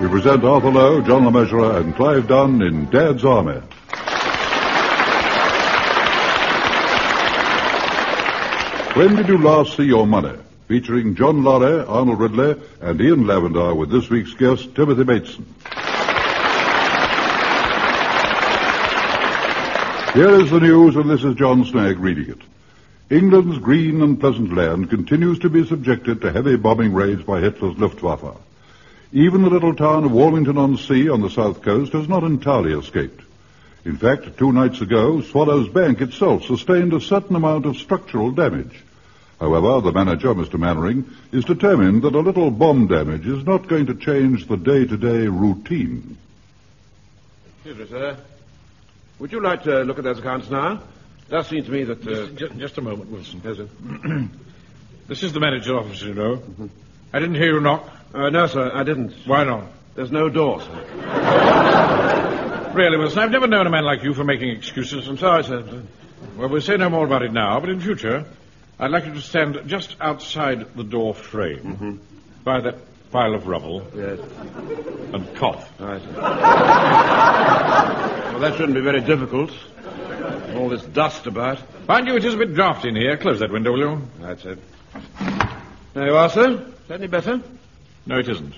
Lieutenant Arthur Lowe, John Le Measurer, and Clive Dunn in Dad's Army. When did you last see your money? Featuring John Lorry, Arnold Ridley, and Ian Lavender with this week's guest, Timothy Bateson. Here is the news, and this is John Snag reading it. England's green and pleasant land continues to be subjected to heavy bombing raids by Hitler's Luftwaffe. Even the little town of Warmington-on-Sea on the south coast has not entirely escaped. In fact, two nights ago, Swallows Bank itself sustained a certain amount of structural damage. However, the manager, Mr. Mannering, is determined that a little bomb damage is not going to change the day-to-day routine. Excuse me, sir. Would you like to look at those accounts now? Does seem to me that. Uh... Just, just a moment, Wilson. Yes, sir. This is the manager's office, you know. I didn't hear you knock. Uh, no, sir, I didn't. Why not? There's no door, sir. Really, Wilson, I've never known a man like you for making excuses. I'm sorry, sir. Well, we'll say no more about it now, but in future, I'd like you to stand just outside the door frame by that pile of rubble Yes. and cough. All right, sir. well, that shouldn't be very difficult. All this dust about. Mind you, it is a bit draughty in here. Close that window, will you? That's it. There you are, sir. Is that any better? No, it isn't.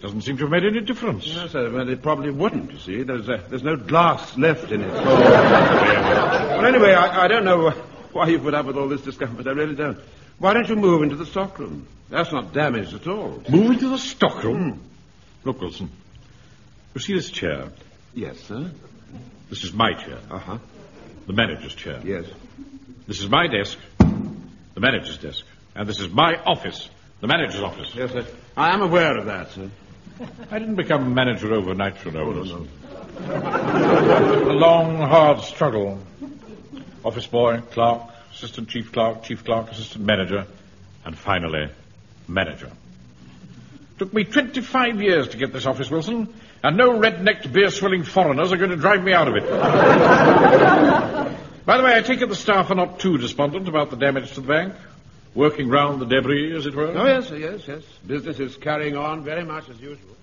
Doesn't seem to have made any difference. No, sir. uh, Well, it probably wouldn't, you see. There's, uh, there's no glass left in it. well, anyway, I, I don't know uh, why you put up with all this discomfort. I really don't. Why don't you move into the stockroom? That's not damaged at all. Move into the stockroom. Look, Wilson. You see this chair? Yes, sir. This is my chair, Uh huh. the manager's chair. Yes. This is my desk, the manager's desk. And this is my office, the manager's office. Yes, sir. I am aware of that, sir. I didn't become manager overnight, you Oh, know. Wilson. a long, hard struggle. Office boy, clerk, assistant chief clerk, chief clerk, assistant manager, and finally, manager. Took me 25 years to get this office, Wilson, and no red-necked, beer-swilling foreigners are going to drive me out of it. By the way, I take it the staff are not too despondent about the damage to the bank? Working round the debris, as it were? Oh, yes, sir, yes, yes. Business is carrying on very much as usual.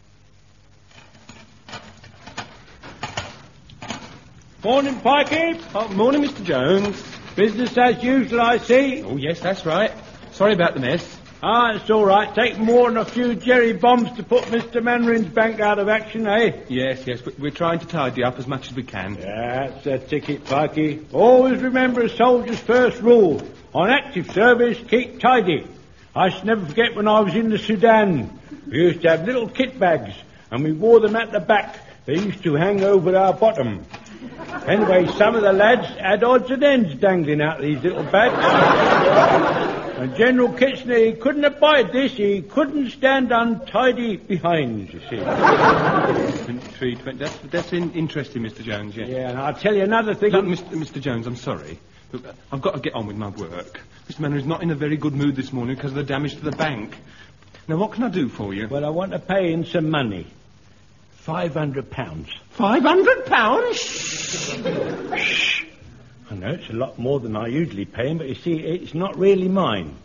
Morning, Pikey. Oh, morning, Mr. Jones. Business as usual, I see. Oh, yes, that's right. Sorry about the mess. Ah, it's all right. Take more than a few jerry bombs to put Mr. Mandarin's bank out of action, eh? Yes, yes, we- we're trying to tidy up as much as we can. That's a ticket, Pikey. Always remember a soldier's first rule. On active service, keep tidy. I shall never forget when I was in the Sudan. We used to have little kit bags, and we wore them at the back. They used to hang over our bottom. Anyway, some of the lads had odds and ends dangling out of these little bags. and General Kitchener, he couldn't abide this. He couldn't stand untidy behind, you see. Three, twenty, that's, that's in, interesting, Mr. Jones, yes. Yeah, and I'll tell you another thing. Look, Mr. Mr. Jones, I'm sorry. Look, I've got to get on with my work. Mr. Manor is not in a very good mood this morning because of the damage to the bank. Now, what can I do for you? Well, I want to pay in some money. Five hundred pounds. Five hundred pounds? I know it's a lot more than I usually pay him, but you see, it's not really mine.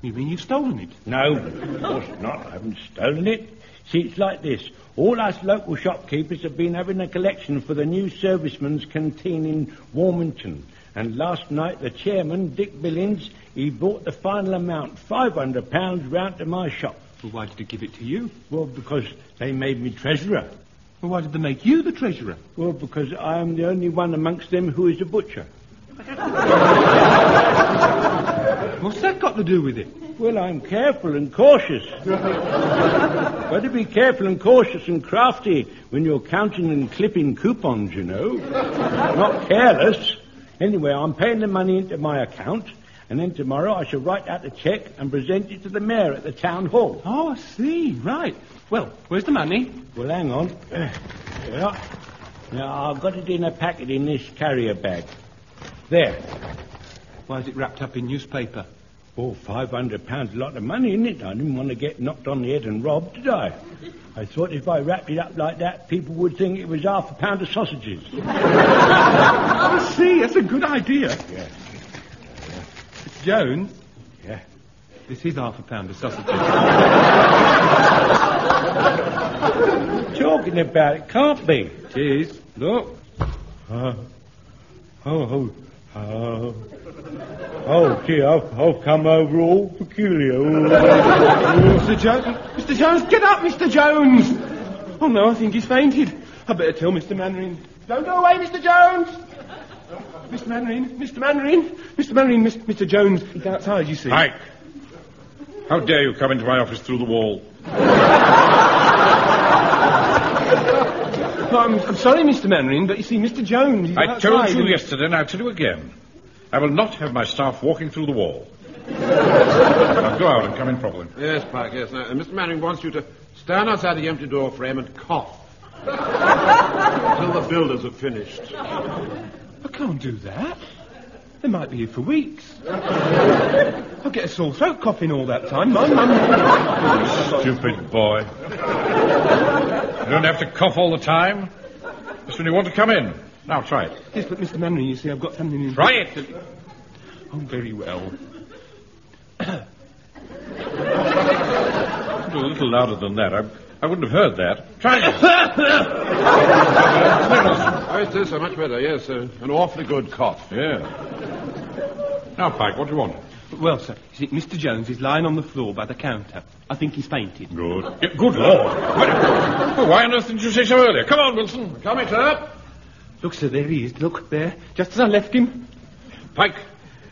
You mean you've stolen it? No, of course not. I haven't stolen it. See, it's like this. All us local shopkeepers have been having a collection for the new servicemen's canteen in Warmington. And last night, the chairman, Dick Billings, he brought the final amount, £500, round to my shop. Well, why did he give it to you? Well, because they made me treasurer. Well, why did they make you the treasurer? Well, because I am the only one amongst them who is a butcher. What's that got to do with it? Well, I'm careful and cautious. Better be careful and cautious and crafty when you're counting and clipping coupons, you know. Not careless. Anyway, I'm paying the money into my account, and then tomorrow I shall write out the cheque and present it to the mayor at the town hall. Oh, I see. Right. Well, where's the money? Well, hang on. Yeah. Now, I've got it in a packet in this carrier bag. There. Why is it wrapped up in newspaper? Oh, five hundred pounds, a lot of money, isn't it? I didn't want to get knocked on the head and robbed, did I? I thought if I wrapped it up like that, people would think it was half a pound of sausages. I see. That's a good idea. Yeah. Jones? Yeah. This is half a pound of sausages. talking about. It can't be. Cheers. Look. Uh, oh, oh, oh. Oh, gee, I've, I've come over all peculiar. Mr. Jones, Mr. Jones, get up, Mr. Jones! Oh no, I think he's fainted. I better tell Mr. Mannering. Don't go away, Mr. Jones! Mr. Mannering, Mr. Mannering, Mr. Mannering, Mr. Mr. Jones is outside, you see. Ike! How dare you come into my office through the wall? No, I'm, I'm sorry, Mr. Mannering, but you see, Mr. Jones is I outside. told you and- yesterday, and I'll tell you again. I will not have my staff walking through the wall. now go out and come in properly. Yes, Pike, yes. Now, Mr. Manning wants you to stand outside the empty door frame and cough. Until the builders have finished. I can't do that. They might be here for weeks. I'll get a sore throat coughing all that time. My mum. Stupid boy. you don't have to cough all the time. Just when you want to come in. Now try it. Yes, but Mr. Mannering, you see, I've got something in. Try it. Oh, very well. A little louder than that. I, I wouldn't have heard that. Try it. Oh, it's this, so much better, yes. Uh, an awfully good cough. yeah. Now, Pike, what do you want? Well, sir, you see, Mr. Jones is lying on the floor by the counter. I think he's fainted. Good. good Lord. Why- well, why on earth didn't you say so earlier? Come on, Wilson. Coming, sir. Look, sir, there he is. Look, there. Just as I left him. Pike,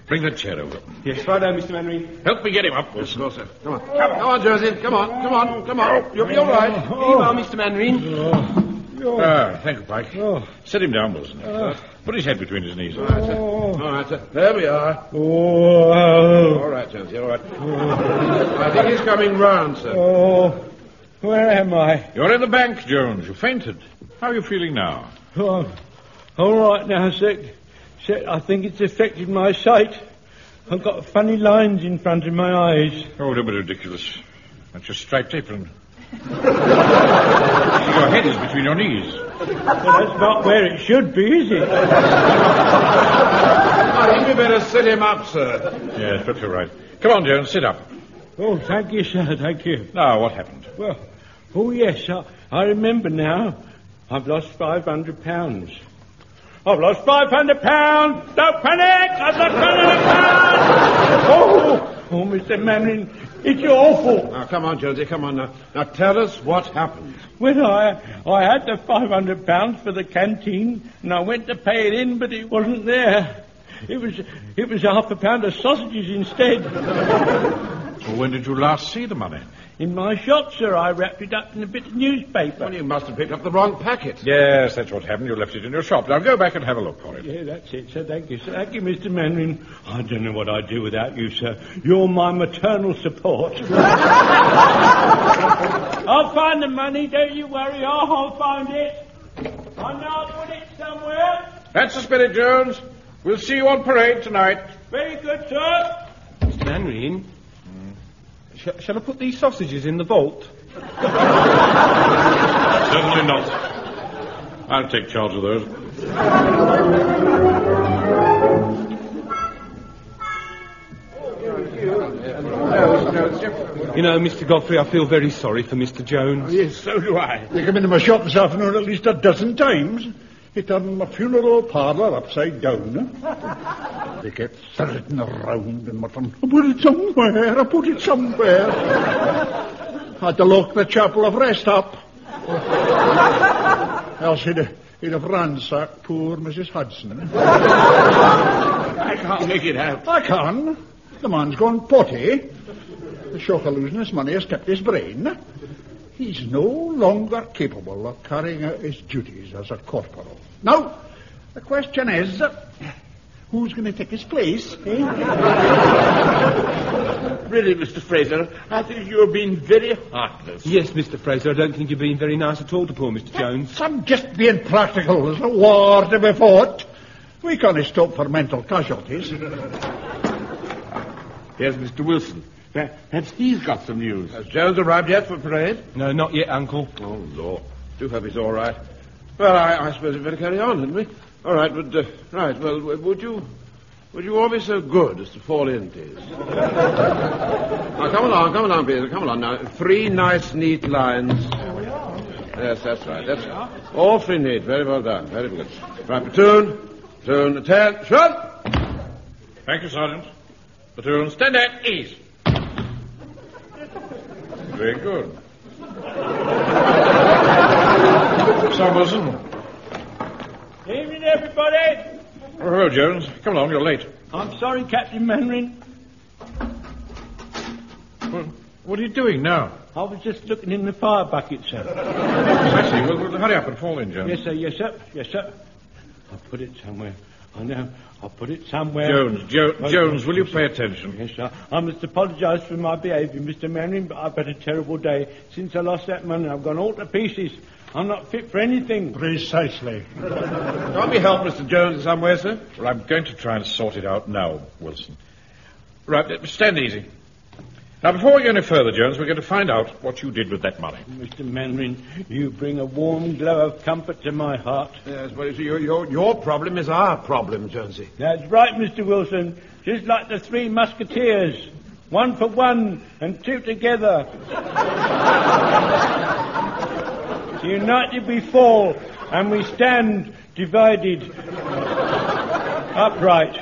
bring that chair over. Yes, right now, Mr. Mannering. Help me get him up, Of Wilson. course, sir. Come on. Come on, Josie. Come on, come on, come on. You'll be all right. Here you are, Mr. Mannering. Oh, Ah, thank you, Pike. Set him down, Wilson. Put his head between his knees. All right, sir. All right, sir. There we are. Oh, All right, Josie, all right. I think he's coming round, sir. oh, where am I? You're in the bank, Jones. You fainted. How are you feeling now? Oh, all right now, Sec. Sec, I think it's affected my sight. I've got funny lines in front of my eyes. Oh, don't be ridiculous. That's your striped apron. your head is between your knees. Well, that's not where it should be, is it? I think we better sit him up, sir. Yes, perhaps you're right. Come on, Jones, sit up. Oh, thank you, sir, thank you. Now, what happened? Well, oh yes, I, I remember now. I've lost five hundred pounds. I've lost five hundred pounds. Don't panic! I've lost five hundred pounds. Oh, oh, Mr. Manning, it's awful. Now, come on, Josie, come on now. Now, tell us what happened. Well, I I had the five hundred pounds for the canteen, and I went to pay it in, but it wasn't there. It was it was a half a pound of sausages instead. Well, when did you last see the money? In my shop, sir, I wrapped it up in a bit of newspaper. Well, you must have picked up the wrong packet. Yes, that's what happened. You left it in your shop. Now go back and have a look for it. Yeah, that's it, sir. Thank you, sir. Thank you, Mr. Manning. I don't know what I'd do without you, sir. You're my maternal support. I'll find the money, don't you worry. I'll, I'll find it. I know I'll put it somewhere. That's the spirit, Jones. We'll see you on parade tonight. Very good, sir. Mr. Mannering. Sh- shall I put these sausages in the vault? Certainly not. I'll take charge of those. You know, Mr. Godfrey, I feel very sorry for Mr. Jones. Yes, so do I. They come into my shop this afternoon at least a dozen times. It done my funeral parlour upside down. they kept threading around and muttering, I put it somewhere, I put it somewhere. Had to lock the chapel of rest up. Else he'd have, he'd have ransacked poor Mrs. Hudson. I can't make it out. I can. The man's gone potty. The shock of losing his money has kept his brain. He's no longer capable of carrying out his duties as a corporal. Now, the question is, who's going to take his place? eh? Really, Mr. Fraser, I think you have been very heartless. Yes, Mr. Fraser, I don't think you've been very nice at all to poor Mr. Jones. Some just being practical. There's a war to be fought. We can't stop for mental casualties. Here's Mr. Wilson. Per- Perhaps he's got some news. Has Jones arrived yet for parade? No, not yet, Uncle. Oh, Lord. Do hope he's all right. Well, I, I suppose we'd better carry on, hadn't we? All right, but, uh, right, well, w- would you... Would you all be so good as to fall in, please? Ah, now, come along, come along, Peter, come along now. Three nice, neat lines. Yes, that's right. That's awfully neat. Very well done. Very good. Right, platoon. Platoon, attention. Thank you, Sergeant. Platoon, stand at ease. Very good. Somerson. Evening, everybody. Hello, Jones. Come along, you're late. I'm sorry, Captain Mannering. Well, what are you doing now? I was just looking in the fire bucket, sir. I see. Well, well, hurry up and fall in, Jones. Yes, sir. Yes, sir. Yes, sir. I put it somewhere. I know. I put it somewhere. Jones, jo- Jones, will you pay attention? Yes, sir. I must apologise for my behaviour, Mr. Mannering, but I've had a terrible day. Since I lost that money, I've gone all to pieces. I'm not fit for anything. Precisely. Can't we help Mr. Jones in some way, sir? Well, I'm going to try and sort it out now, Wilson. Right, uh, stand easy. Now, before we go any further, Jones, we're going to find out what you did with that money. Mr. Mannering, you bring a warm glow of comfort to my heart. Yes, well, you see, your, your, your problem is our problem, Jonesy. That's right, Mr. Wilson. Just like the three musketeers. One for one and two together. United we fall and we stand divided. Upright.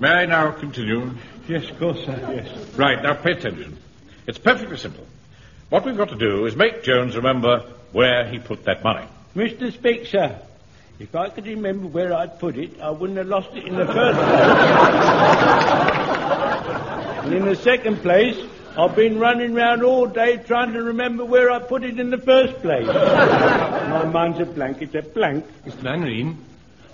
May I now continue? Yes, of course, sir. Yes. Right, now pay attention. It's perfectly simple. What we've got to do is make Jones remember where he put that money. Mr. Speaker, sir, if I could remember where I'd put it, I wouldn't have lost it in the first place. and in the second place, I've been running round all day trying to remember where I put it in the first place. My mind's a blank, it's a blank. Mr. Mannering,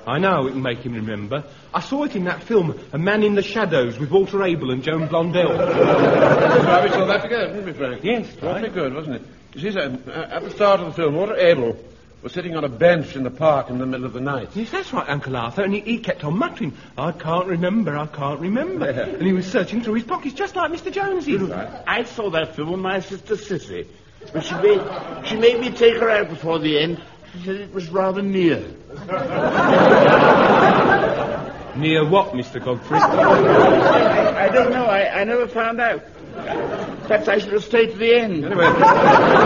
I know we can make him remember. I saw it in that film, A Man in the Shadows, with Walter Abel and Joan Blondell. That's why we saw that together, didn't we, Frank? Yes, Awfully good, wasn't it? You see, sir, uh, at the start of the film, Walter Abel was sitting on a bench in the park in the middle of the night. Yes, that's right, Uncle Arthur. And he, he kept on muttering, I can't remember, I can't remember. And he was searching through his pockets, just like Mr. Jones did. I saw that film with my sister Sissy. And she made, she made me take her out before the end. She said it was rather near. Near what, Mr. Godfrey? I don't know. I, I never found out. Perhaps I should have stayed to the end.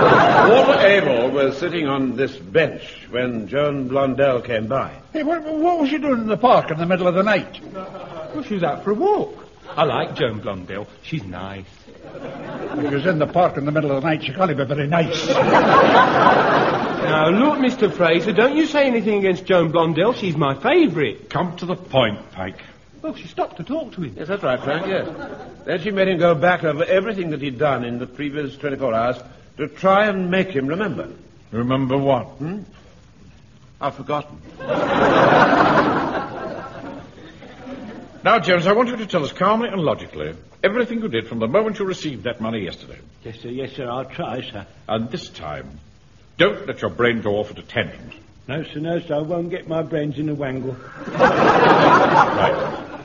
Anyway, Walter Abel was sitting on this bench when Joan Blondell came by. Hey, what, what was you doing in the park in the middle of the night? well, she was out for a walk. I like Joan Blondell. She's nice. If you was in the park in the middle of the night, you can't be very nice. Now, look, Mr. Fraser, don't you say anything against Joan Blondell. She's my favourite. Come to the point, Pike. Well, she stopped to talk to him. Yes, that's right, Frank, yes. Then she made him go back over everything that he'd done in the previous 24 hours to try and make him remember. Remember what? Hmm? I've forgotten. Now, Jones, I want you to tell us calmly and logically everything you did from the moment you received that money yesterday. Yes, sir. Yes, sir. I'll try, sir. And this time, don't let your brain go off at a tangent. No, sir, no, sir. I won't get my brains in a wangle. Right.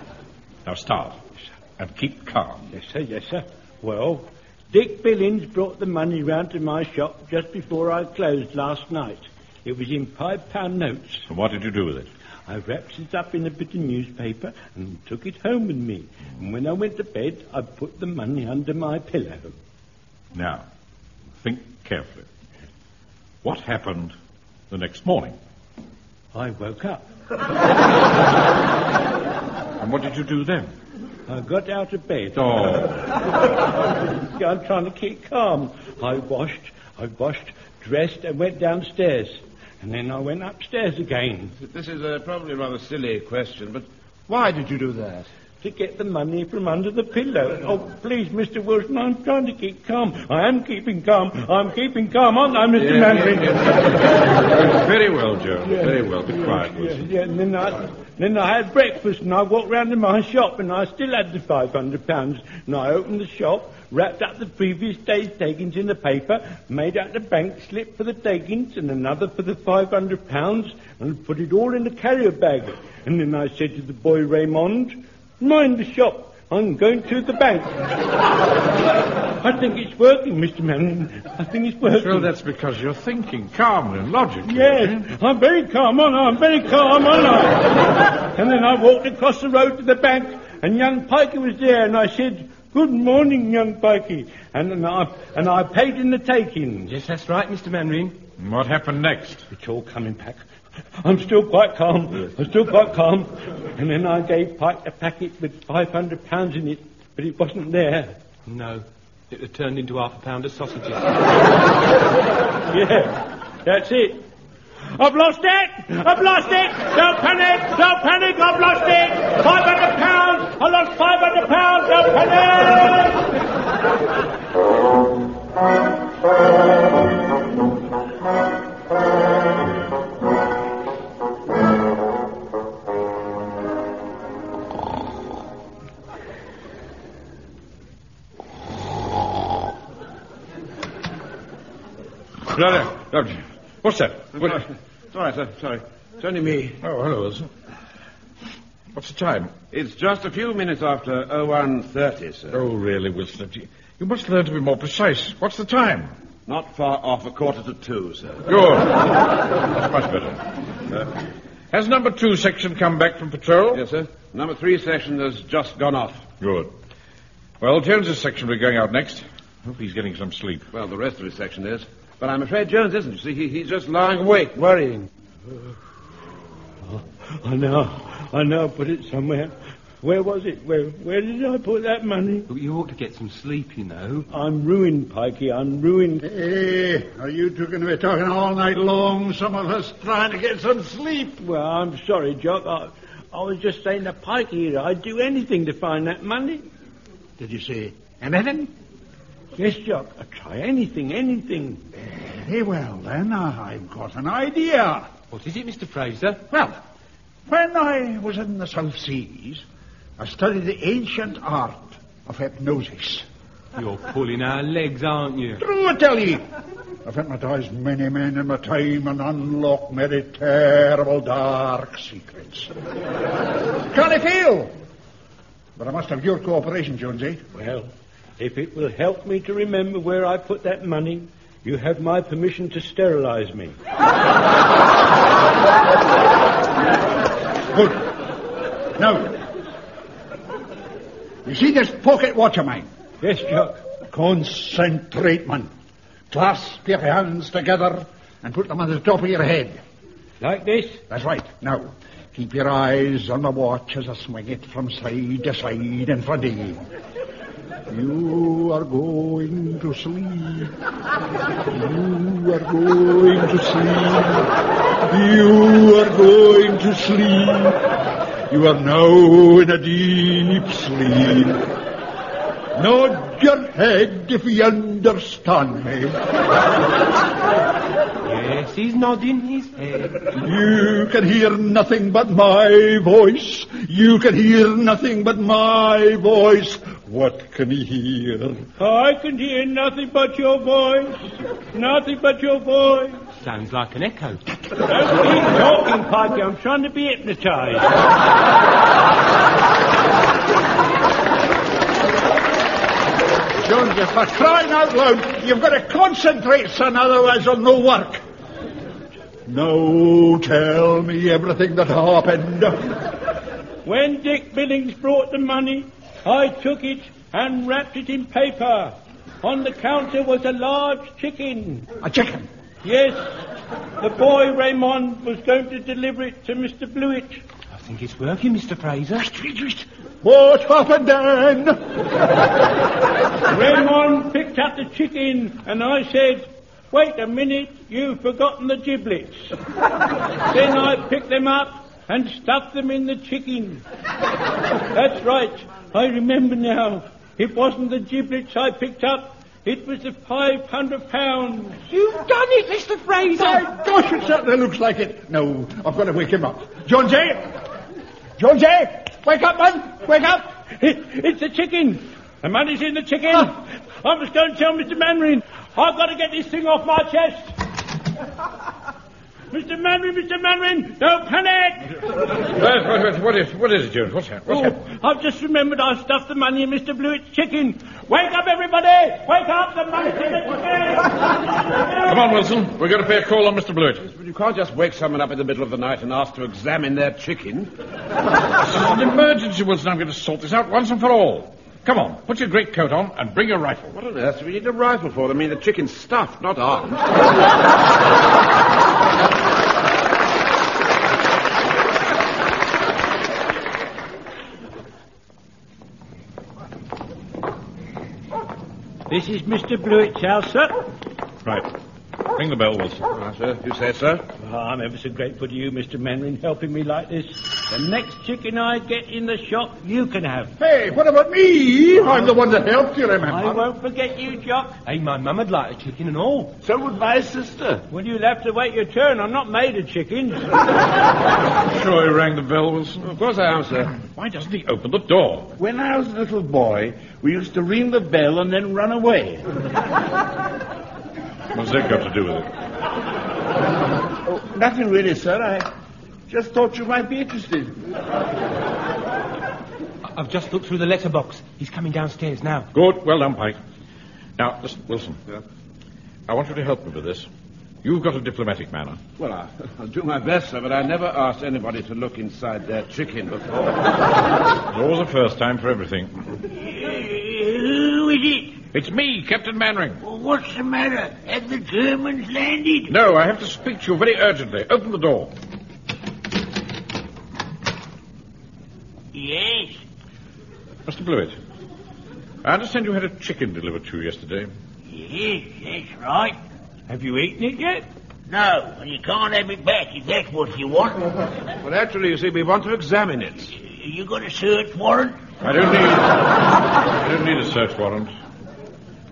Now start. And keep calm. Yes, sir, yes, sir. Well, Dick Billings brought the money round to my shop just before I closed last night. It was in five pound notes. And what did you do with it? I wrapped it up in a bit of newspaper and took it home with me. And when I went to bed, I put the money under my pillow. Now, think carefully. What happened the next morning? I woke up. And what did you do then? I got out of bed. Oh, I'm trying to keep calm. I washed, I washed, dressed, and went downstairs. And then I went upstairs again This is a probably rather silly question, but why did you do that? to get the money from under the pillow. Oh, please, Mr. Wilson, I'm trying to keep calm. I am keeping calm. I'm keeping calm, aren't I, Mr. Mandarin? very well, Jones. Very well. Be quiet, Yeah, Wilson. yeah, and then I, then I had breakfast and I walked round to my shop and I still had the five hundred pounds and I opened the shop, wrapped up the previous day's takings in the paper, made out the bank slip for the takings and another for the five hundred pounds and put it all in the carrier bag. And then I said to the boy Raymond, mind the shop, I'm going to the bank. I think it's working, Mr. Manning. I think it's working. Well, that's because you're thinking calmly and logically. Yes, I'm very calm, aren't I? I'm very calm, aren't I? and then I walked across the road to the bank, and young Pikey was there, and I said, Good morning, young Pikey. And, and, I, and I paid in the taking. Yes, that's right, Mr. Manring. And What happened next? It's all coming back. I'm still quite calm. I'm still quite calm. And then I gave Pike a packet with £500 in it, but it wasn't there. No, it had turned into half a pound of sausages. Yeah, that's it. I've lost it! I've lost it! Don't panic! Don't panic! I've lost it! Five hundred pounds! I lost five hundred pounds! Don't panic! No, no, no. What's that? What- Sorry, sorry, sir, sorry. It's only me. Oh, hello, Wilson. What's the time? It's just a few minutes after 01.30, sir. Oh, really, Wilson? you- You must learn to be more precise. What's the time? Not far off a quarter to two, sir. Good. That's much better. Uh, has number two section come back from patrol? Yes, sir. Number three session has just gone off. Good. Well, Jones's section will be going out next. Hope he's getting some sleep. Well, the rest of his section is. But I'm afraid Jones isn't. You see, he, he's just lying awake, worrying. I know, I know. I put it somewhere. Where was it? Where Where did I put that money? You ought to get some sleep, you know. I'm ruined, Pikey. I'm ruined. Hey, are you two going to be talking all night long? Some of us trying to get some sleep. Well, I'm sorry, Jock. I, I was just saying to Pikey that I'd do anything to find that money. Did you say anything? Yes, Jock. I'd try anything, anything. Very well, then. I've got an idea. What is it, Mr. Fraser? Well, when I was in the South Seas, I studied the ancient art of hypnosis. You're pulling our legs, aren't you? True, I tell ye. I've hypnotized many men in my time and unlocked many terrible dark secrets. Can't I fail? But I must have your cooperation, Jonesy. Well, if it will help me to remember where I put that money, you have my permission to sterilize me. Good. Now, you see this pocket watch of mine? Yes, Jock. Concentrate, man. Clasp your hands together and put them on the top of your head. Like this? That's right. Now, keep your eyes on the watch as I swing it from side to side in front of you. You are going to sleep. You are going to sleep. You are going to sleep. You are now in a deep sleep. Nod your head if you understand me. Yes, he's nodding his head. You can hear nothing but my voice. You can hear nothing but my voice. What can he Uh, hear? I can hear nothing but your voice. Nothing but your voice. Sounds like an echo. Don't keep talking, Pikey. I'm trying to be hypnotized. Jones, if I crying out loud, you've got to concentrate, son, otherwise it'll no work. Now tell me everything that happened. When Dick Billings brought the money, I took it and wrapped it in paper. On the counter was a large chicken. A chicken. Yes, the boy Raymond was going to deliver it to Mr. Blewett. I think it's working, Mr. Fraser. What happened then? Raymond picked up the chicken and I said, Wait a minute, you've forgotten the giblets. then I picked them up and stuffed them in the chicken. That's right, I remember now. It wasn't the giblets I picked up, it was the five hundred pounds. You've done it, Mr. Fraser. My gosh, it certainly looks like it. No, I've got to wake him up. John Jay! John Jay! Wake up, man! Wake up! It- it's the chicken. The money's in the chicken. I must go and tell Mr. Manring. I've got to get this thing off my chest. Mr. Manring, Mr. Manring, don't panic. What- what- what- what, is, what is it, Jones? What's that? What's Oh, happened? I've just remembered I stuffed the money in Mr. Blewett's chicken. Wake up, everybody! Wake up! The money's in the chicken! Come on, Wilson. We've got to pay a call on Mr. Blewett. This But you can't just wake someone up in the middle of the night and ask to examine their chicken. is an emergency, Wilson. I'm going to sort this out once and for all. Come on, put your great coat on and bring your rifle. What on earth do we need a rifle for? I mean, the chicken's stuffed, not armed. This is Mr. Blewitt's house, sir. Right. Ring the bell, Wilson. Ah, sir, you say so? Oh, I'm ever so grateful to you, Mr. Manring, helping me like this. The next chicken I get in the shop, you can have. Hey, what about me? I'm the one that helped you, remember? I won't forget you, Jock. Hey, my mum would like a chicken and all. So would my sister. Well, you'll have to wait your turn. I'm not made of chickens. Sure he rang the bell, Wilson? Of course I am, sir. Why doesn't he open the door? When I was a little boy, we used to ring the bell and then run away. What's that got to do with it? Oh, nothing really, sir. I just thought you might be interested. I've just looked through the letterbox. He's coming downstairs now. Good. Well done, Pike. Now, listen, Wilson. I want you to help me with this. You've got a diplomatic manner. Well, I, I'll do my best, sir, but I never asked anybody to look inside their chicken before. It's always a first time for everything. Who is it? It's me, Captain Mannering. What's the matter? Have the Germans landed? No, I have to speak to you very urgently. Open the door. Yes. Mr. Blewett, I understand you had a chicken delivered to you yesterday. Yes, that's right. have you eaten it yet? No, and you can't have it back if that's what you want. Well, actually, you see, we want to examine it. You got a search warrant? I don't need. I don't need a search warrant.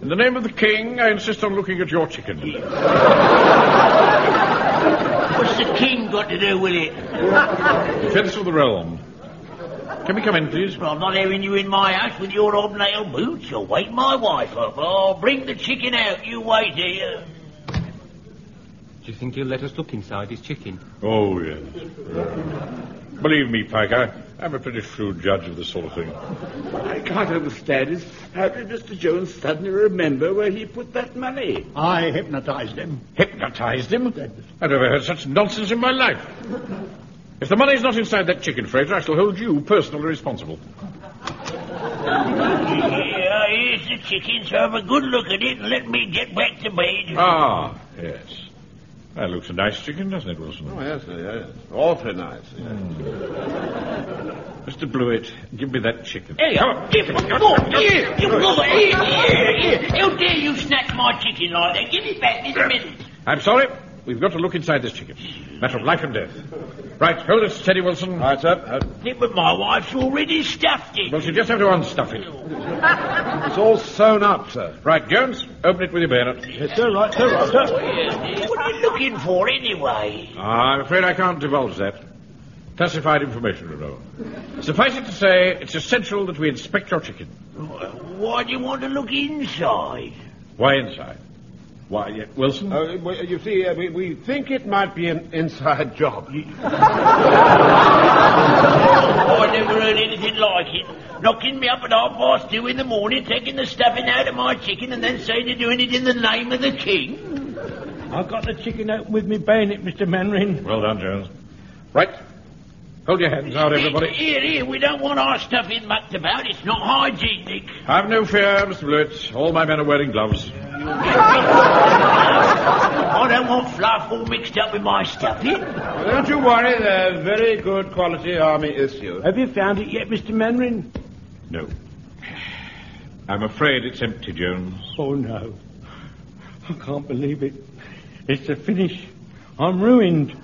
In the name of the king, I insist on looking at your chicken. What's the king got to do with it? Defense of the realm. Can we come in, please? Well, I'm not having you in my house with your hobnail boots. You'll wake my wife up. I'll bring the chicken out. You wait here. Do you think he'll let us look inside his chicken? Oh, yes. Believe me, Pike, I, I'm a pretty shrewd judge of this sort of thing. I can't understand it. How did Mr. Jones suddenly remember where he put that money? I hypnotized him. Hypnotized him? I've never heard such nonsense in my life. If the money's not inside that chicken freighter, I shall hold you personally responsible. Yeah, here's the chicken, so have a good look at it and let me get back to bed. Ah, yes. That looks a nice chicken, doesn't it, Wilson? Oh, yes, sir, yes. Awfully nice. yes. Mr. Blewett, give me that chicken. Hey, Come on. give it. Oh, here, you robber. Here, here, here. How dare you snatch my chicken like that? Give it back this minute. I'm sorry. We've got to look inside this chicken. Matter of life and death. Right, hold it steady, Wilson. All right, sir. Uh, Yeah, But my wife's already stuffed it. Wilson, just have to unstuff it. it's all sewn up, sir. Right, Jones, open it with your bayonet. Yes, sir, right, sir, right, sir. What are you looking for anyway? Ah, I'm afraid I can't divulge that. Classified information, you know. Suffice it to say, it's essential that we inspect your chicken. Why do you want to look inside? Why inside? Why, yeah, Wilson? Uh, we- you see, uh, we, we think it might be an inside job. Oh, I never heard anything like it. Knocking me up at half past two in the morning, taking the stuffing out of my chicken, and then saying you're doing it in the name of the king. I got the chicken open with me bayonet, Mr. Manring. Well done, Jones. Right. Hold your hands out, everybody. Here, here, we don't want our stuffing mucked about. It's not hygienic. Have no fear, Mr. Blewett. All my men are wearing gloves. I don't want fluff all mixed up with my stuffing. Don't you worry, they're very good quality army issue. Have you found it yet, Mr. Manring? No. I'm afraid it's empty, Jones. Oh, no. I can't believe it. It's the finish. I'm ruined.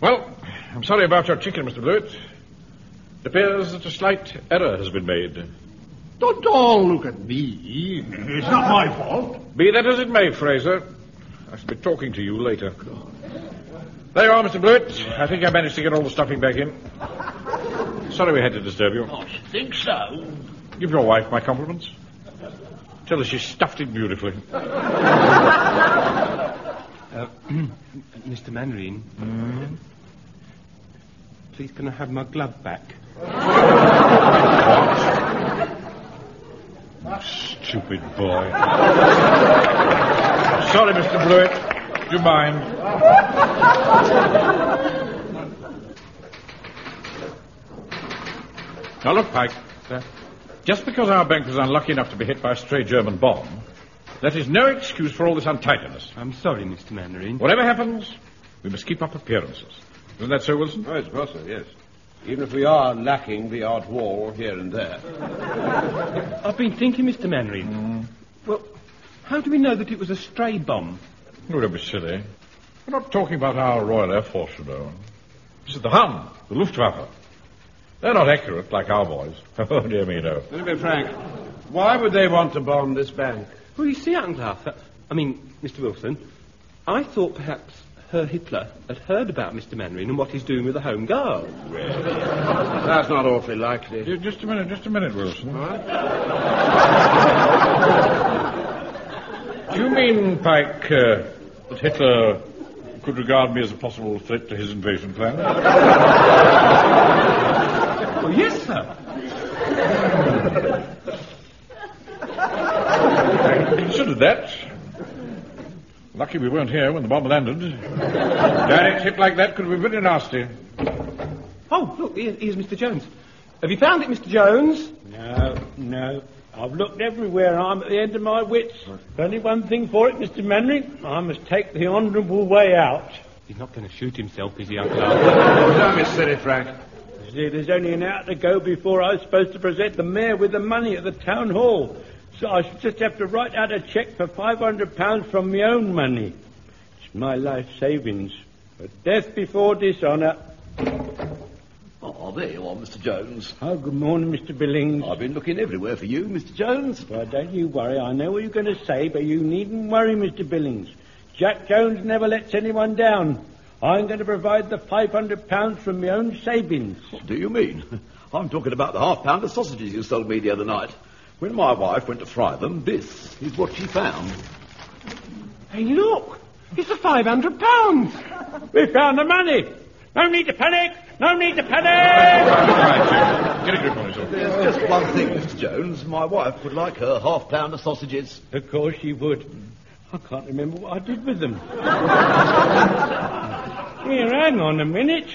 Well, I'm sorry about your chicken, Mr. Blewett. It appears that a slight error has been made. Don't all look at me. It's not my fault. Be that as it may, Fraser, I shall be talking to you later. There you are, Mr. Blewett. I think I managed to get all the stuffing back in. Sorry we had to disturb you. Oh, I should think so. Give your wife my compliments. Tell her she stuffed it beautifully. Mr. Mandarin. Mm. Please, can I have my glove back? Stupid boy. Sorry, Mr. Blewett. Do you mind? Now look, Pike. Just because our bank was unlucky enough to be hit by a stray German bomb, that is no excuse for all this untidiness. I'm sorry, Mr. Mandarin. Whatever happens, we must keep up appearances. Isn't that so, Wilson? Oh, I suppose so, yes. Even if we are lacking the art wall here and there. I've been thinking, Mr. Mandarin. Well, how do we know that it was a stray bomb? Oh, don't be silly. We're not talking about our Royal Air Force, you know. This is the Hun, the Luftwaffe. They're not accurate like our boys. Oh, dear me, no. Let me be frank. Why would they want to bomb this bank? Well, you see, Uncle Arthur, I mean, Mr. Wilson, I thought perhaps Herr Hitler had heard about Mr. Mandarin and what he's doing with the Home Guard. That's not awfully likely. You- Just a minute, just a minute, Wilson. Do you mean, Pike, uh, that Hitler could regard me as a possible threat to his invasion plan? Well, yes, sir. Consider that. Lucky we weren't here when the bomb landed. Direct hit like that could be very nasty. Oh, look, here- here's Mr. Jones. Have you found it, Mr. Jones? No, no. I've looked everywhere. and I'm at the end of my wits. Only one thing for it, Mr. Manry. I must take the honourable way out. He's not going to shoot himself, is he, Uncle Arthur? Don't be silly, Frank. You See, there's only an hour to go before I was supposed to present the mayor with the money at the town hall. So I should just have to write out a cheque for £500 from my own money. It's my life savings. But death before dishonour. Oh, there you are, Mr. Jones. Oh, good morning, Mr. Billings. I've been looking everywhere for you, Mr. Jones. Well, don't you worry. I know what you're going to say, but you needn't worry, Mr. Billings. Jack Jones never lets anyone down. I'm going to provide the £500 from my own savings. What do you mean? I'm talking about the half pound of sausages you sold me the other night. When my wife went to fry them, this is what she found. Hey, look! It's a five hundred pounds! We found the money. No need to panic. No need to panic. Right, Jim. Get a grip on it all. There's just one thing, Mr. Jones. My wife would like her half pound of sausages. Of course you would. I can't remember what I did with them. Here, hang on a minute.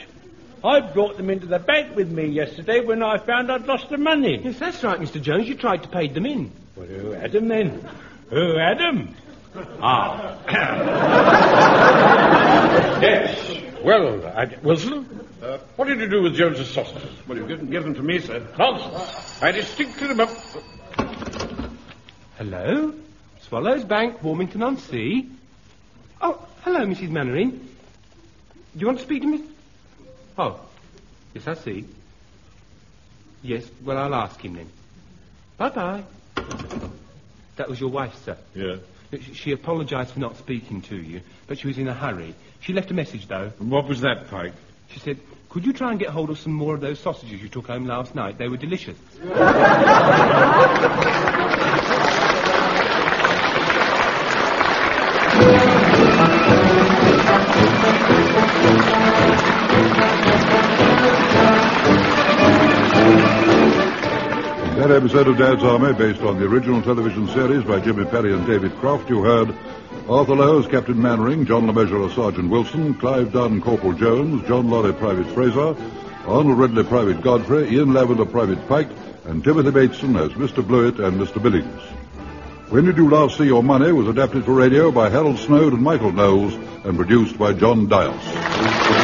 I brought them into the bank with me yesterday when I found I'd lost the money. Yes, that's right, Mr. Jones. You tried to pay them in. Well, who had them then? Who had them? Ah. Yes. Well, I, Wilson, uh, what did you do with Jones's sausages? Well, you give, give them to me, sir. Nonsense. I distinctly remember. Hello? Swallows Bank, Warmington on Sea. Oh, hello, Mrs. Mannering. Do you want to speak to me? Oh, yes, I see. Yes, well, I'll ask him then. Bye bye. That was your wife, sir. Yeah. She- She apologised for not speaking to you, but she was in a hurry. She left a message, though. And what was that, Pike? She said, Could you try and get hold of some more of those sausages you took home last night? They were delicious. That episode of Dad's Army, based on the original television series by Jimmy Perry and David Croft, you heard Arthur Lowe as Captain Mannering, John LeMessurier as Sergeant Wilson, Clive Dunn, Corporal Jones, John Lorry, Private Fraser, Arnold Ridley, Private Godfrey, Ian Lavender, Private Pike, and Timothy Bateson as Mr. Blewett and Mr. Billings. When Did You Last See Your Money was adapted for radio by Harold Snowd and Michael Knowles and produced by John Dias.